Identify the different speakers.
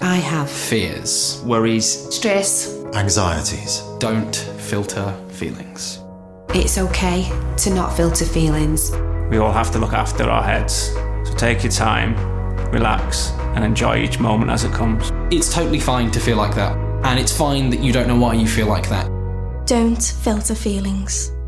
Speaker 1: I have
Speaker 2: Fears, worries,
Speaker 1: stress.
Speaker 3: Anxieties.
Speaker 2: don't filter feelings.
Speaker 1: It's okay to not filter feelings.
Speaker 4: We all have to look after our heads. So take your time, relax, and enjoy each moment as it comes.
Speaker 2: It's totally fine to feel like that, and it's fine that you don't know why you feel like that.
Speaker 5: Don't filter feelings.